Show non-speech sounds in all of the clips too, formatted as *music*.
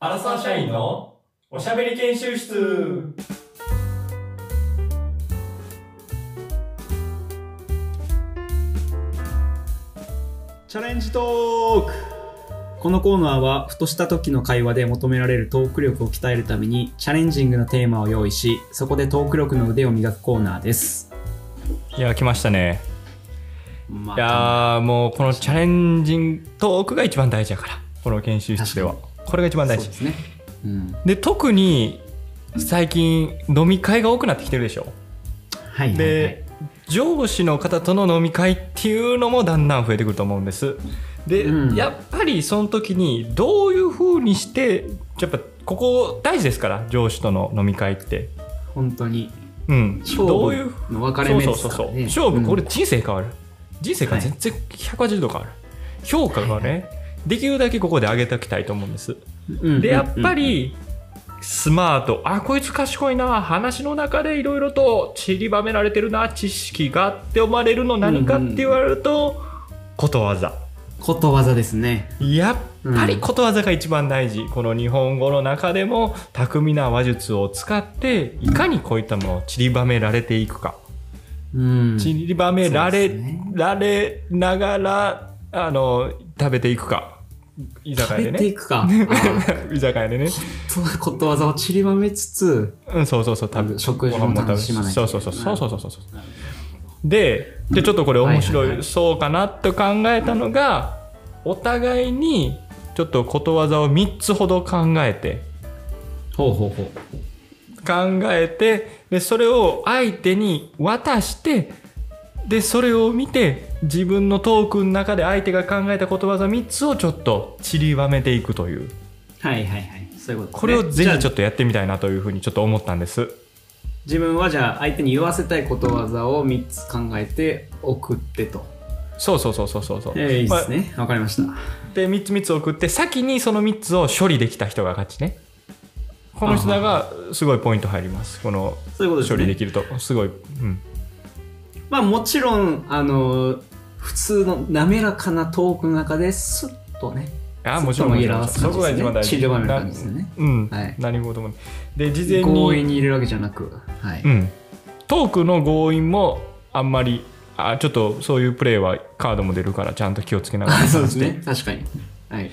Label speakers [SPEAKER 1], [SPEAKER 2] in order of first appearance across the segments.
[SPEAKER 1] アラサー社員のおしゃべり研修室
[SPEAKER 2] チャレンジトークこのコーナーはふとした時の会話で求められるトーク力を鍛えるためにチャレンジングなテーマを用意しそこでトーク力の腕を磨くコーナーです
[SPEAKER 1] いや来ましたね
[SPEAKER 2] ま
[SPEAKER 1] いやーもうこのチャレンジングトークが一番大事やからこの研修室ではこれが一番
[SPEAKER 2] そ
[SPEAKER 1] 大
[SPEAKER 2] う
[SPEAKER 1] 事
[SPEAKER 2] ですねうん
[SPEAKER 1] で特に最近飲み会が多くなってきてるでしょ
[SPEAKER 2] はいはい、は
[SPEAKER 1] で
[SPEAKER 2] い、
[SPEAKER 1] 上司の方との飲み会っていうのもだんだん増えてくると思うんですで、
[SPEAKER 2] うん
[SPEAKER 1] やっぱりその時にどういうふうにしてやっぱここ大事ですから上司との飲み会って
[SPEAKER 2] 本当に
[SPEAKER 1] うん
[SPEAKER 2] 勝
[SPEAKER 1] どういう
[SPEAKER 2] 負の分かれ目
[SPEAKER 1] そ
[SPEAKER 2] で
[SPEAKER 1] うそ
[SPEAKER 2] す
[SPEAKER 1] う
[SPEAKER 2] か
[SPEAKER 1] そう
[SPEAKER 2] ら
[SPEAKER 1] そう
[SPEAKER 2] ね
[SPEAKER 1] 勝負これ
[SPEAKER 2] うん
[SPEAKER 1] 人生変わる、人生が全然180度変わる評価がね、できるだけここで上げておきたいと思うんです
[SPEAKER 2] うん
[SPEAKER 1] でやっぱ
[SPEAKER 2] うん
[SPEAKER 1] りスマートあこいつ賢いな話の中でいろいろと散りばめられてるな知識がって思われるの何かって言われると、ことわざ
[SPEAKER 2] ことわざですね
[SPEAKER 1] やっぱりことわざが一番大事、この日本語の中でも巧みな話術を使っていかにこういったものを散りばめられていくか
[SPEAKER 2] うん
[SPEAKER 1] 散りばめられ、
[SPEAKER 2] そうですね
[SPEAKER 1] られながらあの食べていくか居酒
[SPEAKER 2] 食
[SPEAKER 1] 屋で
[SPEAKER 2] べて
[SPEAKER 1] ね
[SPEAKER 2] いく
[SPEAKER 1] *laughs*
[SPEAKER 2] か、あ
[SPEAKER 1] 居酒屋でね、
[SPEAKER 2] ーことわざを散りばめつつ
[SPEAKER 1] うん、そうそうそう食べ
[SPEAKER 2] 食事も
[SPEAKER 1] ご飯食べ
[SPEAKER 2] 楽しまないと
[SPEAKER 1] そ
[SPEAKER 2] いうけ
[SPEAKER 1] そ
[SPEAKER 2] な
[SPEAKER 1] う
[SPEAKER 2] い
[SPEAKER 1] そうそうそうそうそうででちょっとこれ面
[SPEAKER 2] はいはいは
[SPEAKER 1] 白い
[SPEAKER 2] い
[SPEAKER 1] そうかなと考えたのがお互いにちょっとことわざを3つほど考えて
[SPEAKER 2] ほうほうほう
[SPEAKER 1] 考えてでそれを相手に渡してでそれを見て自分のトークの中で相手が考えたことわざ3つをちょっと散りばめていくという
[SPEAKER 2] はいはいはいそういうことです
[SPEAKER 1] こ
[SPEAKER 2] ね、
[SPEAKER 1] れをぜ
[SPEAKER 2] じゃあ
[SPEAKER 1] ひちょっとやってみたいなというふうにちょっと思ったんです
[SPEAKER 2] 自分はじゃあ相手に言わせたいことわざを3つ考えて送ってと。
[SPEAKER 1] そうそうそうそうそうそう、
[SPEAKER 2] えー、いい
[SPEAKER 1] ま
[SPEAKER 2] で
[SPEAKER 1] あ
[SPEAKER 2] すね。わ、かりました。
[SPEAKER 1] で3つ3つ送って先にその3つを処理できた人が勝ちねこの人らがすごいポイント入りますこの
[SPEAKER 2] そういうことです
[SPEAKER 1] 処
[SPEAKER 2] ね。
[SPEAKER 1] 理できるとすごい、うん、
[SPEAKER 2] まあもちろん、あの、普通の滑らかなトークの中ですっとね、
[SPEAKER 1] あーもちろんも
[SPEAKER 2] すっと紛
[SPEAKER 1] ちろ
[SPEAKER 2] ら
[SPEAKER 1] ん
[SPEAKER 2] わす
[SPEAKER 1] そ
[SPEAKER 2] 感じ
[SPEAKER 1] こ
[SPEAKER 2] で
[SPEAKER 1] が一番大
[SPEAKER 2] すね。
[SPEAKER 1] 事
[SPEAKER 2] 散りばめる感じですね。
[SPEAKER 1] うん、
[SPEAKER 2] はい
[SPEAKER 1] 何事もで事前
[SPEAKER 2] 強
[SPEAKER 1] に、
[SPEAKER 2] 引に入れるわけじゃなく。はい。
[SPEAKER 1] うん、トークの強引もあんまりあちょっとそういうプレーはカードも出るからちゃんと気をつけながら
[SPEAKER 2] あ *laughs* そうですね。確かに。はい。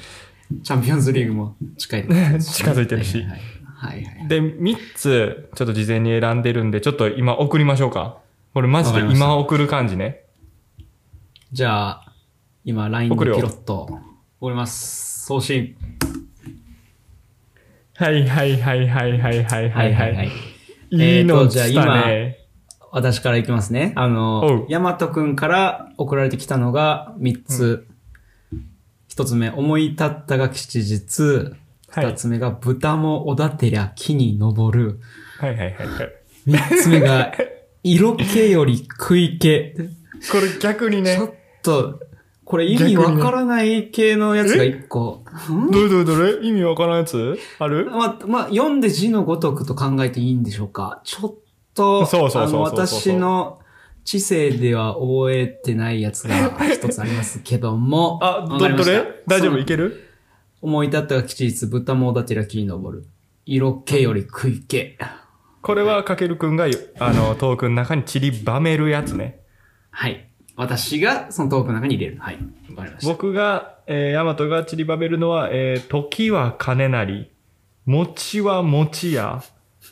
[SPEAKER 2] チャンピオンズリーグも近いですし
[SPEAKER 1] *laughs* 近づいてるし
[SPEAKER 2] はいはいはい。はいはい
[SPEAKER 1] で3つちょっと事前に選んでるんでちょっと今送りましょうかこれマジで今送る感じね
[SPEAKER 2] じゃあ、今、LINE の
[SPEAKER 1] 送
[SPEAKER 2] ピ
[SPEAKER 1] るよ
[SPEAKER 2] ロット、送ります。送信。
[SPEAKER 1] はいはいはいはいはいはいはいはい。
[SPEAKER 2] え
[SPEAKER 1] いい
[SPEAKER 2] ーと
[SPEAKER 1] の
[SPEAKER 2] じゃあ
[SPEAKER 1] 来たね
[SPEAKER 2] 私からいきますね。あ
[SPEAKER 1] おう
[SPEAKER 2] の、ヤマトくんから送られてきたのが3つ。一つ目、思い立ったが吉日。
[SPEAKER 1] はい
[SPEAKER 2] 二つ目が、豚もおだてりゃ木に登る。
[SPEAKER 1] はいはいはいはい
[SPEAKER 2] 三つ
[SPEAKER 1] *laughs*
[SPEAKER 2] 目が、色気より食い気。
[SPEAKER 1] これ逆にね
[SPEAKER 2] ちょっと、これ意味わからない系のやつが一個。ん
[SPEAKER 1] どれどれどれ意味わからんやつある
[SPEAKER 2] *laughs* まあ、まあ、読んで字のごとくと考えていいんでしょうか。ちょっと、
[SPEAKER 1] そうそうそうそう
[SPEAKER 2] あの、
[SPEAKER 1] そうそう
[SPEAKER 2] 私の知性では覚えてないやつが一つありますけど
[SPEAKER 1] *laughs*
[SPEAKER 2] も。
[SPEAKER 1] あ
[SPEAKER 2] わ
[SPEAKER 1] ど
[SPEAKER 2] かりま
[SPEAKER 1] ど
[SPEAKER 2] した
[SPEAKER 1] れ大丈夫
[SPEAKER 2] その
[SPEAKER 1] いける
[SPEAKER 2] 思い立ったが吉日、豚もだてら木に登る。色気より食い気。
[SPEAKER 1] これはかけるくんがよあのトークの中に散りばめるやつね
[SPEAKER 2] はい。私がそのトークの中に入れる。はい。わかりました。
[SPEAKER 1] 僕が、えー、ヤマトが散りばめるのは、えー時は金なり餅は餅や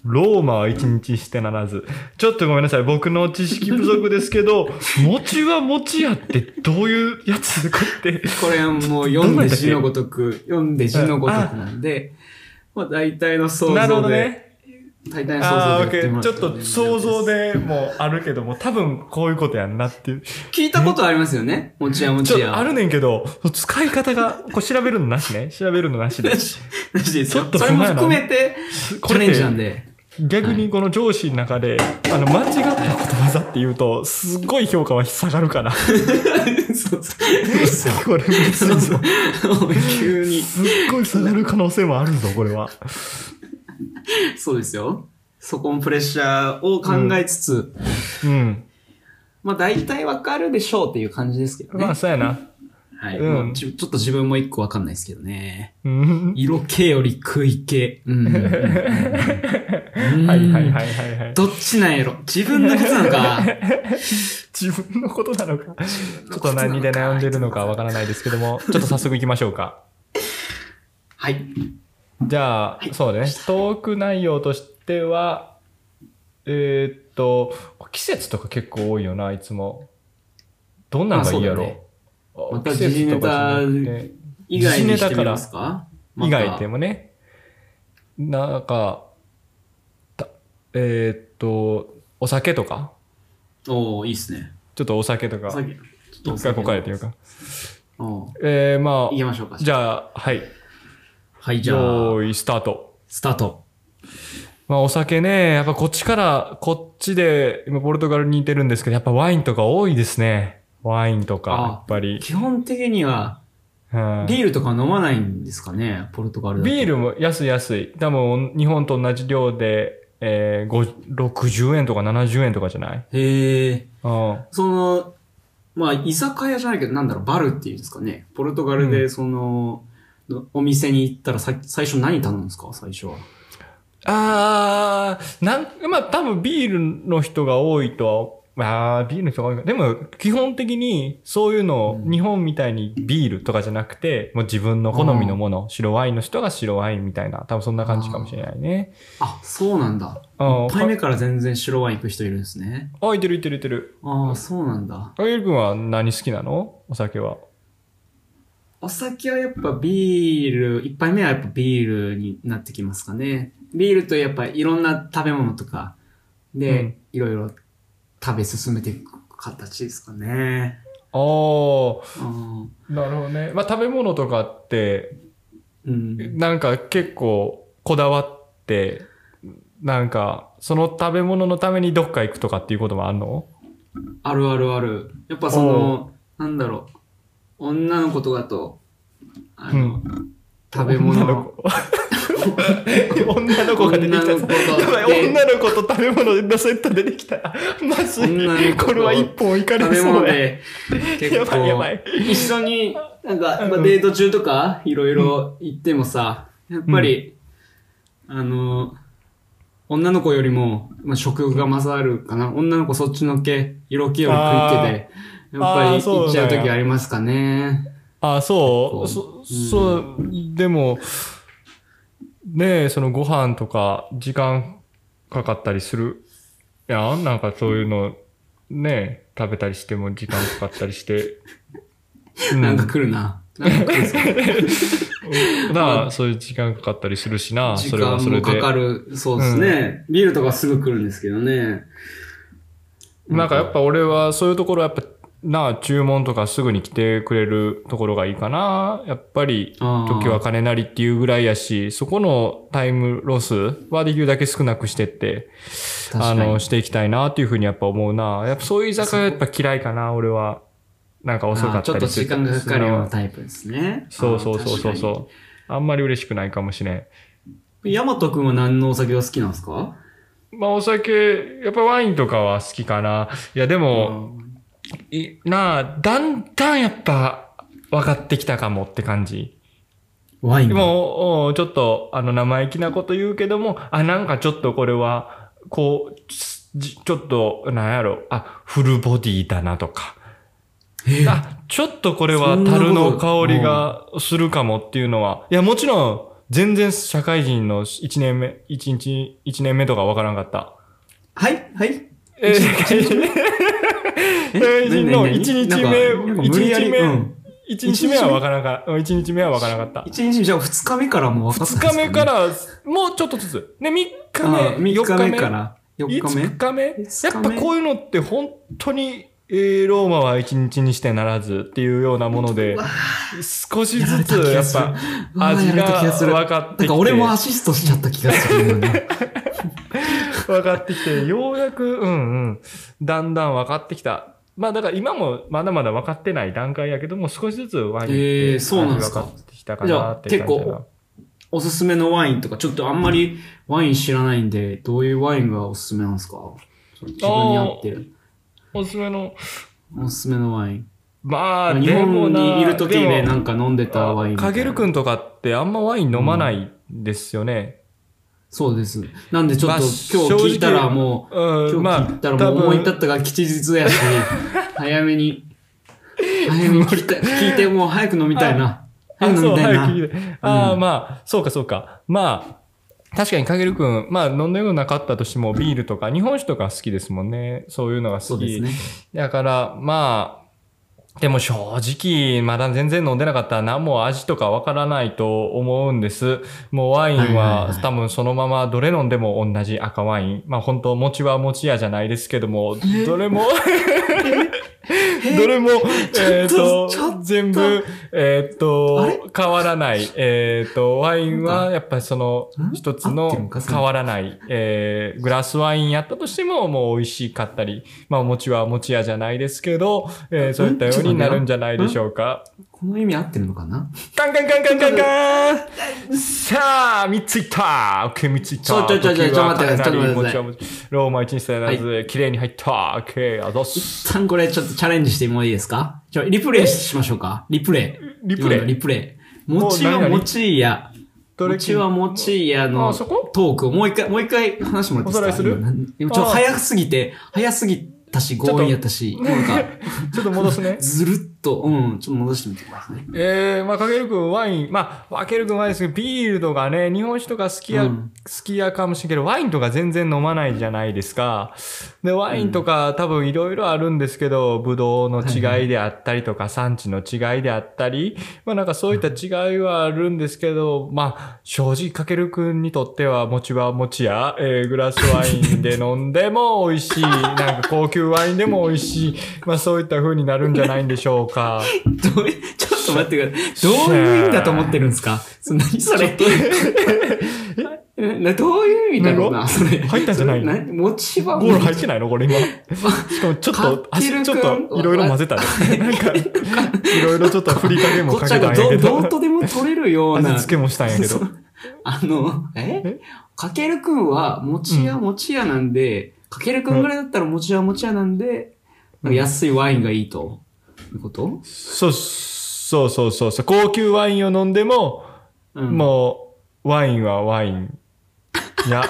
[SPEAKER 1] ローマは一日してならずちょっとごめんなさい僕の知識不足ですけ
[SPEAKER 2] *laughs*
[SPEAKER 1] ど餅は餅やってどういうやつかって
[SPEAKER 2] これはもう読んで字のご
[SPEAKER 1] *laughs*
[SPEAKER 2] とく、読んで字のごとくなんで、まあ大体の想像で。
[SPEAKER 1] なるほどね
[SPEAKER 2] 大体の
[SPEAKER 1] ああ、
[SPEAKER 2] 想
[SPEAKER 1] オッ
[SPEAKER 2] 像で
[SPEAKER 1] ケ
[SPEAKER 2] やって
[SPEAKER 1] ー。
[SPEAKER 2] もら
[SPEAKER 1] ち
[SPEAKER 2] っ
[SPEAKER 1] ょ
[SPEAKER 2] た
[SPEAKER 1] っと
[SPEAKER 2] ら全然
[SPEAKER 1] 想像
[SPEAKER 2] です
[SPEAKER 1] でもうあるけども、多分こういうことやんなっていう。
[SPEAKER 2] 聞いたことありますよね。もちやも
[SPEAKER 1] ちょ
[SPEAKER 2] ち
[SPEAKER 1] っと
[SPEAKER 2] や。 *laughs*
[SPEAKER 1] あるねんけど、使い方が、これ調べるのなしね。調べるのなしで
[SPEAKER 2] *laughs* な。しなしですよ
[SPEAKER 1] ちょっと
[SPEAKER 2] そ
[SPEAKER 1] 不
[SPEAKER 2] れ
[SPEAKER 1] 満
[SPEAKER 2] も
[SPEAKER 1] やな
[SPEAKER 2] 含めて、チ
[SPEAKER 1] こ
[SPEAKER 2] ャ
[SPEAKER 1] れ
[SPEAKER 2] レ
[SPEAKER 1] っ
[SPEAKER 2] ンジな
[SPEAKER 1] て、
[SPEAKER 2] んで。
[SPEAKER 1] 逆にこの上司の中で、あの、間違ったことわざって言うと、すっごい評価は下がるから。
[SPEAKER 2] そうそう。そう
[SPEAKER 1] *laughs* これ、す
[SPEAKER 2] そうそう。急に。
[SPEAKER 1] っごい下がる可能性もあるぞ、これは。
[SPEAKER 2] *laughs* そうですよ。そこもプレッシャーを考えつつ、
[SPEAKER 1] うん。
[SPEAKER 2] まあ大体わかるでしょうっていう感じですけどね。
[SPEAKER 1] まあ、そうやな。
[SPEAKER 2] はい。
[SPEAKER 1] うん
[SPEAKER 2] まあちょちょっと自分も一個わかんないですけどね。
[SPEAKER 1] うん
[SPEAKER 2] 色気より食い気。うん。うんうん
[SPEAKER 1] *laughs* はいはいはいはいはい。
[SPEAKER 2] どっちなんやろ自分のことなのか。
[SPEAKER 1] *laughs* 自分のことなのか。ちょっと何で悩んでるのかわからないですけども、ちょっと早速行きましょうか。
[SPEAKER 2] はい。
[SPEAKER 1] じゃあ、そうね。トーク内容としては、えーっと、季節とか結構多いよな、いつも。どんなのがいいやろ。
[SPEAKER 2] あそうだね
[SPEAKER 1] あ
[SPEAKER 2] また
[SPEAKER 1] 季節とかじゃなくて
[SPEAKER 2] 時事ネ以外にしてみますか
[SPEAKER 1] 以外で
[SPEAKER 2] も。
[SPEAKER 1] もね。なんか、たえーっと、お酒とか
[SPEAKER 2] おおいいっすね。
[SPEAKER 1] ちょっとお酒とか。
[SPEAKER 2] 先
[SPEAKER 1] 一回答えていう。か。
[SPEAKER 2] おう
[SPEAKER 1] えー、ま
[SPEAKER 2] 行き
[SPEAKER 1] あ、
[SPEAKER 2] ましょうか。
[SPEAKER 1] じゃあ、はい。
[SPEAKER 2] はい、じゃあ、
[SPEAKER 1] 用意スタート。
[SPEAKER 2] スタート。
[SPEAKER 1] まあお酒ね、やっぱこっちから、こっちで、今ポルトガルにいてるんですけど、やっぱワインとか多いですね。ワインとか、や
[SPEAKER 2] あ
[SPEAKER 1] っぱり。
[SPEAKER 2] 基本的には、
[SPEAKER 1] うん
[SPEAKER 2] ビールとか飲まないんですかねポルトガルだと
[SPEAKER 1] ビールも安い安い。多分、日本と同じ量で、えーご、60円とか70円とかじゃない
[SPEAKER 2] へえ。
[SPEAKER 1] うん。
[SPEAKER 2] その、まあ、居酒屋じゃないけど、なんだろう、バルっていうんですかね。ポルトガル
[SPEAKER 1] う
[SPEAKER 2] で、その、のお店に行ったらさ、最初何頼むんですか最初は。
[SPEAKER 1] あー、なん、まあ多分ビールの人が多いとは、まあビールの人が多いかでも、基本的にそういうのを、
[SPEAKER 2] うん
[SPEAKER 1] 日本みたいにビールとかじゃなくて、もう自分の好みのもの、白ワインの人が白ワインみたいな、多分そんな感じかもしれないね。
[SPEAKER 2] あ、そうなんだ。
[SPEAKER 1] あ
[SPEAKER 2] 一杯目から全然白ワイン行く人いるんですね。
[SPEAKER 1] あ、いてるいてるいてる。
[SPEAKER 2] ああ、そうなんだ。
[SPEAKER 1] あゆるくんは何好きなのお酒は。
[SPEAKER 2] お酒はやっぱビール、一杯目はやっぱビールになってきますかね。ビールとやっぱいろんな食べ物とかで、
[SPEAKER 1] うん
[SPEAKER 2] いろいろ食べ進めていく形ですかね。
[SPEAKER 1] ああ、
[SPEAKER 2] うん
[SPEAKER 1] なるほどね。まあ食べ物とかって、
[SPEAKER 2] うん。
[SPEAKER 1] なんか結構こだわって、なんかその食べ物のためにどっか行くとかっていうこともあるの
[SPEAKER 2] あるあるある。やっぱその、なんだろう。女の子とかと、あの、食べ物
[SPEAKER 1] 女の子。女の子が出てきた。
[SPEAKER 2] 女の子が
[SPEAKER 1] やばい、女の子と食べ物のセット出てきた。まずい
[SPEAKER 2] 女の子と
[SPEAKER 1] これは一本いか
[SPEAKER 2] 食
[SPEAKER 1] れ
[SPEAKER 2] べ
[SPEAKER 1] そ
[SPEAKER 2] 物
[SPEAKER 1] うや。
[SPEAKER 2] で、
[SPEAKER 1] や
[SPEAKER 2] 結構
[SPEAKER 1] ばいやばい、
[SPEAKER 2] 一緒に、なんか、ま
[SPEAKER 1] う
[SPEAKER 2] あ、
[SPEAKER 1] ん
[SPEAKER 2] デート中とか、いろいろ行ってもさ、やっぱり、あの、女の子よりも、まあ、食欲が勝るかな。女の子そっちのけ、色気より食い気で、やっぱ
[SPEAKER 1] あ
[SPEAKER 2] り
[SPEAKER 1] ーそうな
[SPEAKER 2] 行っ
[SPEAKER 1] ん
[SPEAKER 2] ち
[SPEAKER 1] や
[SPEAKER 2] ゃう時ありますかね。
[SPEAKER 1] あ、そう
[SPEAKER 2] 結
[SPEAKER 1] そ
[SPEAKER 2] 構、
[SPEAKER 1] そう、でも、ねえ、そのご飯とか時間かかったりするやんなんかそういうの、ねえ、食べたりしても時間かかったりして。う
[SPEAKER 2] なんか来るな。なんか来るぞ
[SPEAKER 1] なあ、そういう時間かかったりするしな、
[SPEAKER 2] 時
[SPEAKER 1] それ
[SPEAKER 2] 間
[SPEAKER 1] はそれ
[SPEAKER 2] もか
[SPEAKER 1] で。
[SPEAKER 2] かる。そうですね、ビールとかすぐ来るんですけどね。
[SPEAKER 1] なんかやっぱ俺はそういうところはやっぱ、なあ、注文とかすぐに来てくれるところがいいかな。やっぱり、
[SPEAKER 2] あー
[SPEAKER 1] 時は金なりっていうぐらいやし、そこのタイムロスはできるだけ少なくしてって、
[SPEAKER 2] 確
[SPEAKER 1] あ
[SPEAKER 2] かに
[SPEAKER 1] の、していきたいなっていうふうにやっぱ思うな。やっぱそういう居酒屋やっぱ嫌いかな、俺は。なんか遅か
[SPEAKER 2] あー
[SPEAKER 1] っ
[SPEAKER 2] ちょ
[SPEAKER 1] た
[SPEAKER 2] っと
[SPEAKER 1] りす
[SPEAKER 2] 時
[SPEAKER 1] る。
[SPEAKER 2] 間がかかるようなタイプですね。
[SPEAKER 1] そうそうそうそう
[SPEAKER 2] あー。確か
[SPEAKER 1] そう。あんまり嬉しくないかもしれん。
[SPEAKER 2] にヤマト君は何のお酒が好きなんですか
[SPEAKER 1] まあお酒、やっぱワインとかは好きかな。いやでも、いなあ、だんだんやっぱ分かってきたかもって感じ。
[SPEAKER 2] ワインが。
[SPEAKER 1] もう、おちょっと、あの、生意気なこと言うけども、あ、なんかちょっとこれは、こう、ちじちょっと、なんやろ、あ、フルボディだなとか。
[SPEAKER 2] えー
[SPEAKER 1] あ、ちょっとこれは
[SPEAKER 2] そんなこと
[SPEAKER 1] 樽の香りがするかもっていうのは、いや、もちろん、全然社会人の1年目、1日、一年目とかわからんかった。
[SPEAKER 2] はいはい
[SPEAKER 1] えー、社会人社会人の1日
[SPEAKER 2] なんか
[SPEAKER 1] 目、
[SPEAKER 2] 無理
[SPEAKER 1] 一
[SPEAKER 2] や
[SPEAKER 1] 日
[SPEAKER 2] り
[SPEAKER 1] 目、
[SPEAKER 2] うん
[SPEAKER 1] 一日目はわからんかった。一日目はわからんかった。
[SPEAKER 2] 一日目じゃあ二日目からもう分かったん
[SPEAKER 1] 2
[SPEAKER 2] です
[SPEAKER 1] 日
[SPEAKER 2] ね
[SPEAKER 1] 目から、もうちょっとずつ。ね、3日
[SPEAKER 2] あー
[SPEAKER 1] 目、
[SPEAKER 2] 三
[SPEAKER 1] 4
[SPEAKER 2] 日
[SPEAKER 1] 日
[SPEAKER 2] 目
[SPEAKER 1] 目
[SPEAKER 2] から4日目
[SPEAKER 1] 5日目。や
[SPEAKER 2] 5日
[SPEAKER 1] っ
[SPEAKER 2] 目
[SPEAKER 1] ぱこういうのって本当に、えーローマは1日にしてならずっていうようなもので
[SPEAKER 2] うわ、
[SPEAKER 1] 少しずつやっぱ味
[SPEAKER 2] やられ
[SPEAKER 1] が
[SPEAKER 2] た気がする
[SPEAKER 1] 分かって
[SPEAKER 2] なん
[SPEAKER 1] きて、
[SPEAKER 2] か俺もアシストしちゃった気がするよね。
[SPEAKER 1] 分かってきて、ようやく、うんうん、だんだん分かってきた。まあだから今もまだまだ分かってない段階やけども、少しずつワインって
[SPEAKER 2] えーそうなんですか
[SPEAKER 1] 味分かってきたかなって感じ
[SPEAKER 2] じゃあ
[SPEAKER 1] だ
[SPEAKER 2] 結
[SPEAKER 1] な
[SPEAKER 2] 構。おすすめのワインとか、ちょっとあんまりワイン知らないんで、どういうワインがおすすめなんですか自分に合ってる。
[SPEAKER 1] おすすめの
[SPEAKER 2] おすすめのワイン。
[SPEAKER 1] まあ、
[SPEAKER 2] 日
[SPEAKER 1] でも
[SPEAKER 2] 本
[SPEAKER 1] な
[SPEAKER 2] にいる時でなん
[SPEAKER 1] か
[SPEAKER 2] か飲んでたワインみた
[SPEAKER 1] か
[SPEAKER 2] いな
[SPEAKER 1] げるくんとかってあんまワイン飲まないですよね。
[SPEAKER 2] そうです。なんでちょっ
[SPEAKER 1] まあ
[SPEAKER 2] と今日聞いたらも
[SPEAKER 1] 正直
[SPEAKER 2] う、
[SPEAKER 1] うん、
[SPEAKER 2] 今日聞いたらもう思い立ったが吉日やし、早めに、早めに聞い
[SPEAKER 1] *laughs*
[SPEAKER 2] た聞いてもう早く飲みたいな。
[SPEAKER 1] あ、
[SPEAKER 2] 早く飲
[SPEAKER 1] そう、
[SPEAKER 2] みたい
[SPEAKER 1] 早
[SPEAKER 2] な。
[SPEAKER 1] く聞いてああ、
[SPEAKER 2] うん
[SPEAKER 1] まあ、そうか、そうか。まあ、確かに、かげるくん、まあ、飲んだようなかったとしても、ビールとか、日本酒とか好きですもんね。そういうのが
[SPEAKER 2] そ
[SPEAKER 1] 好
[SPEAKER 2] うです
[SPEAKER 1] き。
[SPEAKER 2] ね。
[SPEAKER 1] だから、まあ、でも正直、まだ全然飲んでなかったら何も味とかわからないと思うんです。もうワイン
[SPEAKER 2] はいはい
[SPEAKER 1] は
[SPEAKER 2] はい
[SPEAKER 1] 多分そのままどれ飲んでも同じ赤ワイン。まあ本当、餅は餅屋じゃないですけども、どれも、 *laughs* どれも、えっ
[SPEAKER 2] ちょっとちょっ
[SPEAKER 1] と、全部、えっ
[SPEAKER 2] あ
[SPEAKER 1] と
[SPEAKER 2] れ、
[SPEAKER 1] 変わらない。えっと、ワインはやっぱりその
[SPEAKER 2] ん
[SPEAKER 1] 一つ
[SPEAKER 2] 合ってるん
[SPEAKER 1] の
[SPEAKER 2] かそれ
[SPEAKER 1] 変わらない、えーグラスワインやったとしても、もう美味しかったり、まあ、お餅はお餅屋じゃないですけど、えーそういったようになるんじゃないでしょうか。
[SPEAKER 2] この意味合ってるのかな
[SPEAKER 1] カンカンカンカンカンカンさあ、3ついったオッケー、3ついった
[SPEAKER 2] ちょちょちょちょ
[SPEAKER 1] 時は
[SPEAKER 2] ちょ待っ
[SPEAKER 1] かなり
[SPEAKER 2] てちょっと待って
[SPEAKER 1] お餅はお餅ローマ一日さなず、綺麗に入ったオッケー、あざっす。
[SPEAKER 2] 一旦これちょっとチャレンジしてもいいですかちょ、リプレイしましょうかリプレイ。
[SPEAKER 1] リプレイ
[SPEAKER 2] 今のリプレイ。餅は
[SPEAKER 1] お何々
[SPEAKER 2] 餅や。
[SPEAKER 1] どれ
[SPEAKER 2] 餅は餅やの
[SPEAKER 1] あそこ
[SPEAKER 2] トークをもう一回、もう一回話してもらって
[SPEAKER 1] おさ
[SPEAKER 2] いいですか
[SPEAKER 1] らいする
[SPEAKER 2] 今なん今ちょっと早すぎて、早すぎたし、
[SPEAKER 1] っと
[SPEAKER 2] 強引やったし、なんか、
[SPEAKER 1] ちょっと戻すね。
[SPEAKER 2] ずるっと、うん、ちょっと戻してみてください。
[SPEAKER 1] えー、まあ、かけるくんワイン、まあ、かけるくんワインですけど、ビールとかね、日本酒とか好きや、
[SPEAKER 2] うん
[SPEAKER 1] 好きやかもしれんけど、ワインとか全然飲まないじゃないですか。で、ワインとか多分いろいろあるんですけど、ブドウの違いであったりとか、産地の違いであったり、まあなんかそういった違いはあるんですけど、まあ、正直かけるくんにとっては、餅は餅や、えーグラスワインで飲んでも美味しい、なんか高級ワインでも美味しい、まあそういった風になるんじゃないんでしょうか。
[SPEAKER 2] どういちょっと待ってください。どういう意味だと思ってるんですかそ何それ *laughs* などういう意味だろうな
[SPEAKER 1] 何
[SPEAKER 2] それ。
[SPEAKER 1] 入ったんじゃない
[SPEAKER 2] それ何餅は
[SPEAKER 1] ゴール入ってないのこ
[SPEAKER 2] *laughs*
[SPEAKER 1] れ今。しかもちょっと、
[SPEAKER 2] かけるくん
[SPEAKER 1] 足ちょっと、いろいろ混ぜたね。
[SPEAKER 2] *laughs*
[SPEAKER 1] なんか、いろいろちょっと振りかけも
[SPEAKER 2] ごっ
[SPEAKER 1] か
[SPEAKER 2] ち
[SPEAKER 1] け
[SPEAKER 2] ゃ
[SPEAKER 1] た
[SPEAKER 2] ご
[SPEAKER 1] んや
[SPEAKER 2] ど
[SPEAKER 1] け
[SPEAKER 2] どう *laughs*
[SPEAKER 1] ど。
[SPEAKER 2] とでも取れるよう
[SPEAKER 1] 味
[SPEAKER 2] な。
[SPEAKER 1] 付けもしたんやけど
[SPEAKER 2] そ。う *laughs* あの、え
[SPEAKER 1] え
[SPEAKER 2] かけるくんは、餅屋餅屋なんで、かけるくんぐらいだったら餅屋餅屋なんで、
[SPEAKER 1] うん
[SPEAKER 2] 安いワインがいいと。いうこと、
[SPEAKER 1] そう、そうそうそうそう。高級ワインを飲んでも、
[SPEAKER 2] うん、
[SPEAKER 1] もう、ワインはワイン。いや。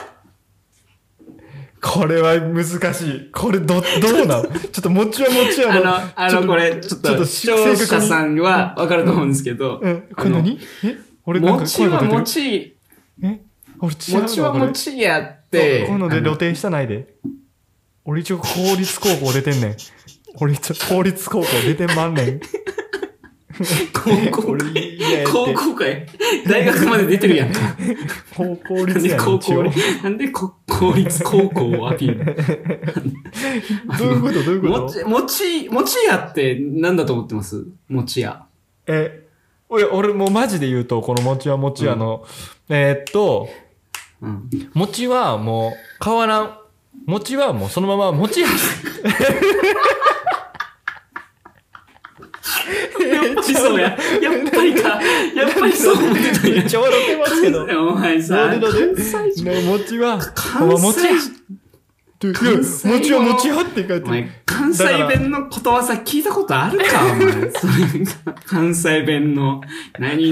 [SPEAKER 1] これは難しい。これど、どうなのちょっともちはもちや
[SPEAKER 2] あ
[SPEAKER 1] の。
[SPEAKER 2] の、あ
[SPEAKER 1] ちょっ
[SPEAKER 2] の、
[SPEAKER 1] と
[SPEAKER 2] これ、ちょっ
[SPEAKER 1] ちょっ
[SPEAKER 2] と、
[SPEAKER 1] と
[SPEAKER 2] 視
[SPEAKER 1] し
[SPEAKER 2] 聴
[SPEAKER 1] 正確
[SPEAKER 2] 者
[SPEAKER 1] に
[SPEAKER 2] さんはわかると思うんですけど、
[SPEAKER 1] うん、これ
[SPEAKER 2] あの
[SPEAKER 1] 何え俺なんかこうい
[SPEAKER 2] 餅
[SPEAKER 1] うこ
[SPEAKER 2] は
[SPEAKER 1] と言って
[SPEAKER 2] 餅、
[SPEAKER 1] る。え俺違うの
[SPEAKER 2] 餅は
[SPEAKER 1] これ
[SPEAKER 2] 餅屋って、
[SPEAKER 1] こういうので
[SPEAKER 2] あ
[SPEAKER 1] 露呈したないで。俺一応公立高校出てんねん。俺一応公立高校出てまんねん。
[SPEAKER 2] 高校
[SPEAKER 1] 俺
[SPEAKER 2] 会、
[SPEAKER 1] 嫌やって
[SPEAKER 2] 高校会、大学まで出てるやんか。
[SPEAKER 1] *laughs* 高校
[SPEAKER 2] なん
[SPEAKER 1] 立
[SPEAKER 2] で
[SPEAKER 1] やねん、
[SPEAKER 2] 高
[SPEAKER 1] 一応。ど
[SPEAKER 2] 校
[SPEAKER 1] うい、
[SPEAKER 2] なんでこ公立高校をアピール
[SPEAKER 1] うことどういうこ
[SPEAKER 2] も
[SPEAKER 1] と
[SPEAKER 2] ち、もち、もち屋って何だと思ってますもち屋。
[SPEAKER 1] え、俺、俺もうマジで言うと、この餅は餅はの、えーっと、 *laughs*
[SPEAKER 2] うん。
[SPEAKER 1] 餅はもう変わらん。餅はもうそのまま餅や。
[SPEAKER 2] やっぱりそう *laughs* や。やっぱり
[SPEAKER 1] *laughs*
[SPEAKER 2] か。やっぱりそう思ってたん
[SPEAKER 1] め
[SPEAKER 2] や
[SPEAKER 1] っちゃ笑ってますけど。
[SPEAKER 2] *laughs* お前さ、
[SPEAKER 1] *laughs* なんでなんで
[SPEAKER 2] 関西人
[SPEAKER 1] ね、餅は、
[SPEAKER 2] 関
[SPEAKER 1] お前餅や
[SPEAKER 2] 西
[SPEAKER 1] っていや
[SPEAKER 2] 関西語
[SPEAKER 1] 餅は餅やって書い
[SPEAKER 2] お
[SPEAKER 1] てる
[SPEAKER 2] 前、。関西弁のことわざ聞いたことあるかお前。それが関西弁の、何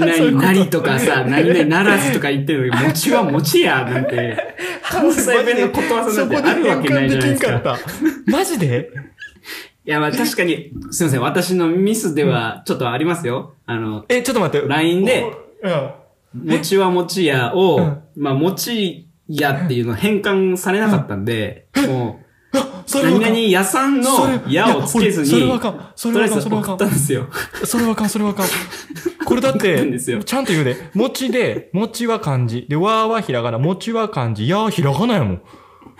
[SPEAKER 1] *laughs* そういう
[SPEAKER 2] 々
[SPEAKER 1] こと
[SPEAKER 2] なりとかさ、何々ならずとか言ってるのに、餅は餅や、なん
[SPEAKER 1] *laughs*
[SPEAKER 2] て。関西弁のことわざなんてあるわけないじゃないですか。
[SPEAKER 1] そこで変換できんかった。マジで
[SPEAKER 2] いや、まあ確かに、すいません。私のミスでは、ちょっとありますよ。あの、
[SPEAKER 1] え、ちょっと待って。
[SPEAKER 2] LINE で
[SPEAKER 1] うん。
[SPEAKER 2] 餅は餅屋を、
[SPEAKER 1] うん
[SPEAKER 2] まあ、餅屋っていうの変換されなかったんで、も
[SPEAKER 1] あ、
[SPEAKER 2] う、
[SPEAKER 1] それは
[SPEAKER 2] 何
[SPEAKER 1] あかん
[SPEAKER 2] 々屋さん
[SPEAKER 1] それ
[SPEAKER 2] の屋をつけずに、
[SPEAKER 1] いや俺それはあかん。そ
[SPEAKER 2] と
[SPEAKER 1] れ
[SPEAKER 2] り
[SPEAKER 1] はあか
[SPEAKER 2] あえ
[SPEAKER 1] ん、
[SPEAKER 2] ず
[SPEAKER 1] それはあ
[SPEAKER 2] 送
[SPEAKER 1] かん
[SPEAKER 2] ったんですよ。
[SPEAKER 1] それはあかん、それはあかん。これだっ
[SPEAKER 2] な
[SPEAKER 1] て
[SPEAKER 2] んですよ、
[SPEAKER 1] ちゃんと言うで、餅で、餅は漢字。で、わーはひらがな、餅は漢字、やーはひらがなやもん。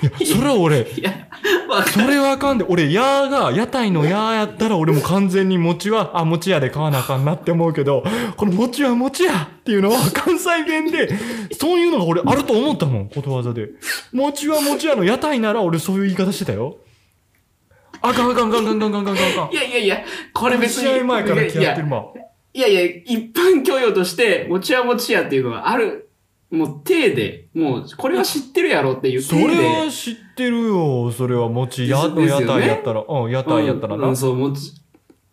[SPEAKER 1] いや、それは俺、
[SPEAKER 2] いや、わか
[SPEAKER 1] それはあかんで、俺、やーが、屋台のやーやったら、俺もう完全に餅は、あ、餅屋で買わなあかんなって思うけど、この餅は餅屋っていうのは関西弁で、そういうのが俺あると思ったもん、ことわざで。餅は餅屋の屋台なら俺そういう言い方してたよ。あかんあかんあかんあかんあかんあかんあかん
[SPEAKER 2] い。やいやいや、これ別に。
[SPEAKER 1] 試合前から
[SPEAKER 2] い
[SPEAKER 1] 気合
[SPEAKER 2] や
[SPEAKER 1] ってるもん。
[SPEAKER 2] いやいや、一般教養として、餅屋餅屋っていうのはある、もう、体で、もう、これは知ってるやろっていう
[SPEAKER 1] そ
[SPEAKER 2] 体で。
[SPEAKER 1] れは知ってるよ、それは餅屋の
[SPEAKER 2] ですよ
[SPEAKER 1] 屋
[SPEAKER 2] ね
[SPEAKER 1] 台やったら、うん、屋台やったら
[SPEAKER 2] う、。
[SPEAKER 1] なん
[SPEAKER 2] そう、餅、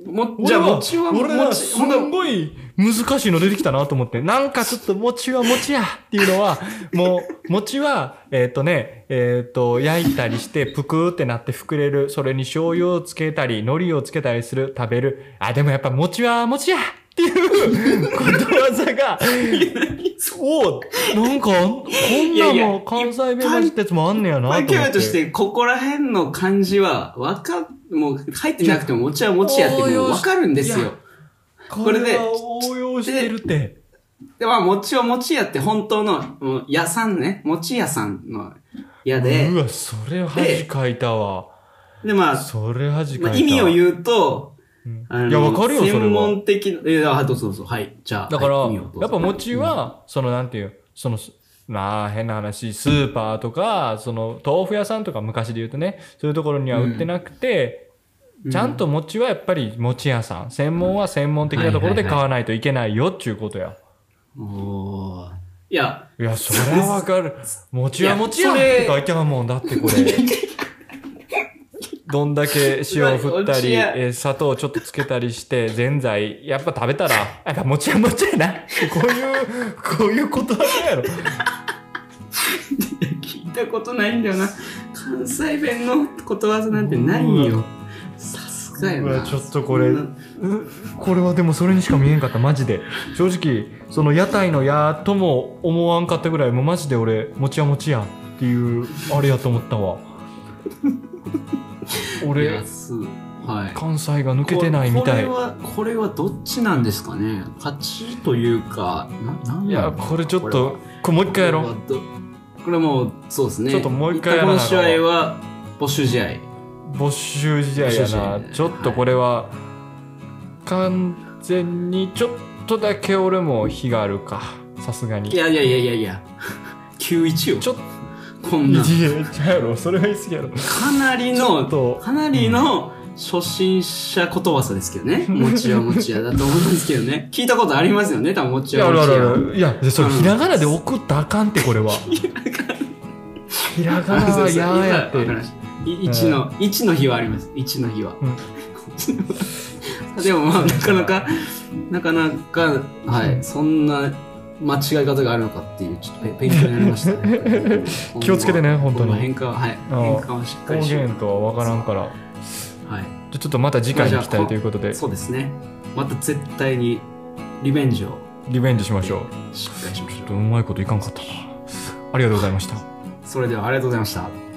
[SPEAKER 2] も
[SPEAKER 1] 俺
[SPEAKER 2] じゃあ、
[SPEAKER 1] は
[SPEAKER 2] 餅は
[SPEAKER 1] 俺は
[SPEAKER 2] 餅、
[SPEAKER 1] す
[SPEAKER 2] ほん
[SPEAKER 1] ん
[SPEAKER 2] と
[SPEAKER 1] ごい難しいの出てきたなと思って、なんかちょっと餅は餅やっていうのは、
[SPEAKER 2] *laughs*
[SPEAKER 1] もう、餅は、えっ、とね、えっ、と、焼いたりして、ぷくーってなって膨れる。それに醤油をつけたり、海苔をつけたりする、食べる。あ、でもやっぱ餅は餅やっていうことわざが、
[SPEAKER 2] *laughs*
[SPEAKER 1] おなんか、こんなの関西弁らしいってやつもあんねやなと思
[SPEAKER 2] まあ、
[SPEAKER 1] っ
[SPEAKER 2] キ
[SPEAKER 1] て。
[SPEAKER 2] ャラとして、ここら辺の漢字は、わか、もう、入ってなくても、餅は餅やって、もうわかるんです
[SPEAKER 1] い
[SPEAKER 2] よ
[SPEAKER 1] や。
[SPEAKER 2] これで
[SPEAKER 1] は応用してるって。
[SPEAKER 2] で、まあ、餅は餅屋って本当の、もう、屋さんね、餅屋さんの屋で
[SPEAKER 1] う、わ、それ恥かいたわ。
[SPEAKER 2] で、まあ、
[SPEAKER 1] それ恥かい
[SPEAKER 2] ま
[SPEAKER 1] た
[SPEAKER 2] あ
[SPEAKER 1] わ。
[SPEAKER 2] 意味を言うと、
[SPEAKER 1] うん
[SPEAKER 2] あの
[SPEAKER 1] いや、わかるよ、それ
[SPEAKER 2] 専
[SPEAKER 1] は。
[SPEAKER 2] 門的な、え、あ、どうぞどうぞ、はい、じゃあ、
[SPEAKER 1] だから、
[SPEAKER 2] はい意味をどうぞ
[SPEAKER 1] やっぱ餅は、その、なんていう、その、すまあ、変な話、スーパーとか、その、豆腐屋さんとか昔で言うとね、そういうところには売ってなくて、ちゃんと餅はやっぱり餅屋さん。専門は専門的なところで買わないといけないよっていうことや。
[SPEAKER 2] おーいや、
[SPEAKER 1] いや、それはわか
[SPEAKER 2] *laughs*
[SPEAKER 1] る。餅は餅やっ
[SPEAKER 2] いやそれ
[SPEAKER 1] て書いてあるもんだって、こ
[SPEAKER 2] *laughs*
[SPEAKER 1] れ。どんだけ塩を振ったり、
[SPEAKER 2] うわ餅や
[SPEAKER 1] えー砂糖をちょっとつけたりして、ぜんざい、やっぱ食べたら、やっぱ餅は餅やな。こういう、こういうことわざやろ。
[SPEAKER 2] 聞いたことないんだよな。関西弁のことわざなんてないよ。さすがや
[SPEAKER 1] う
[SPEAKER 2] な。
[SPEAKER 1] わちょっとこれ
[SPEAKER 2] そんな
[SPEAKER 1] これはでもそれにしか見えんかった、マジで。正直、その屋台のやとも思わんかったぐらい、もうマジで俺、餅は餅やっていう、あれやと思った
[SPEAKER 2] *laughs*
[SPEAKER 1] わ。
[SPEAKER 2] い
[SPEAKER 1] 俺
[SPEAKER 2] や、すはい。
[SPEAKER 1] 関西が抜けてないみたい
[SPEAKER 2] こ。れは、これはどっちなんですかね勝ちというか、な、なん
[SPEAKER 1] い
[SPEAKER 2] だ
[SPEAKER 1] や
[SPEAKER 2] ろう、
[SPEAKER 1] これちょっと、これもう一回やろ
[SPEAKER 2] これ
[SPEAKER 1] う。
[SPEAKER 2] はどこれもう、そうですね。
[SPEAKER 1] ちょっともう一回やら
[SPEAKER 2] こ
[SPEAKER 1] な
[SPEAKER 2] の
[SPEAKER 1] あかん
[SPEAKER 2] 試
[SPEAKER 1] わ
[SPEAKER 2] 合は、没収試合。
[SPEAKER 1] 募集試合
[SPEAKER 2] 募集
[SPEAKER 1] や
[SPEAKER 2] 試合
[SPEAKER 1] な
[SPEAKER 2] ね。
[SPEAKER 1] ちょっとこれは、完全にちょっとだけ俺も火があるか。さすがに。
[SPEAKER 2] いやいやいやいやいや。91よ。
[SPEAKER 1] ちょっと、
[SPEAKER 2] こん
[SPEAKER 1] いや、
[SPEAKER 2] なん。
[SPEAKER 1] ちゃうやろ。それは言い過ぎやろ。
[SPEAKER 2] かなり
[SPEAKER 1] ちょっ
[SPEAKER 2] の、
[SPEAKER 1] と、
[SPEAKER 2] かなりの初心者ことわざですけどね。もちやもちやだと思うんですけどね。聞いたことありますよね、多分も
[SPEAKER 1] い
[SPEAKER 2] ち
[SPEAKER 1] や、
[SPEAKER 2] や
[SPEAKER 1] あ
[SPEAKER 2] も
[SPEAKER 1] るあ
[SPEAKER 2] ち
[SPEAKER 1] るあ
[SPEAKER 2] や。
[SPEAKER 1] る。いや、でそれ
[SPEAKER 2] うん
[SPEAKER 1] ひらがなで送ったらあかんって、こ
[SPEAKER 2] *laughs*
[SPEAKER 1] れは。ひらがな
[SPEAKER 2] あそう
[SPEAKER 1] は
[SPEAKER 2] そう
[SPEAKER 1] やーやっ
[SPEAKER 2] わかり
[SPEAKER 1] て。。
[SPEAKER 2] ましたい一の、一の日はあります。一の日は。でもまあ、なかなか、なかなか、はい、そんな間違い方があるのかっていう、ちょっとべ勉強になりましたね
[SPEAKER 1] *laughs* 気をつけてね本当に
[SPEAKER 2] この変化は、はい。
[SPEAKER 1] ああ
[SPEAKER 2] 変化はしっか
[SPEAKER 1] 方
[SPEAKER 2] りしよ
[SPEAKER 1] 言とは分からんから。
[SPEAKER 2] う。はい。
[SPEAKER 1] じゃあちょっとまた次回に期待ということで、
[SPEAKER 2] そうですね。また絶対にリベンジを
[SPEAKER 1] リベンジしましょう。
[SPEAKER 2] しっかりしまし
[SPEAKER 1] ちょっ
[SPEAKER 2] ょ
[SPEAKER 1] と
[SPEAKER 2] う。
[SPEAKER 1] うまいこといかんかったな。ありがとうございました。
[SPEAKER 2] それではありがとうございました。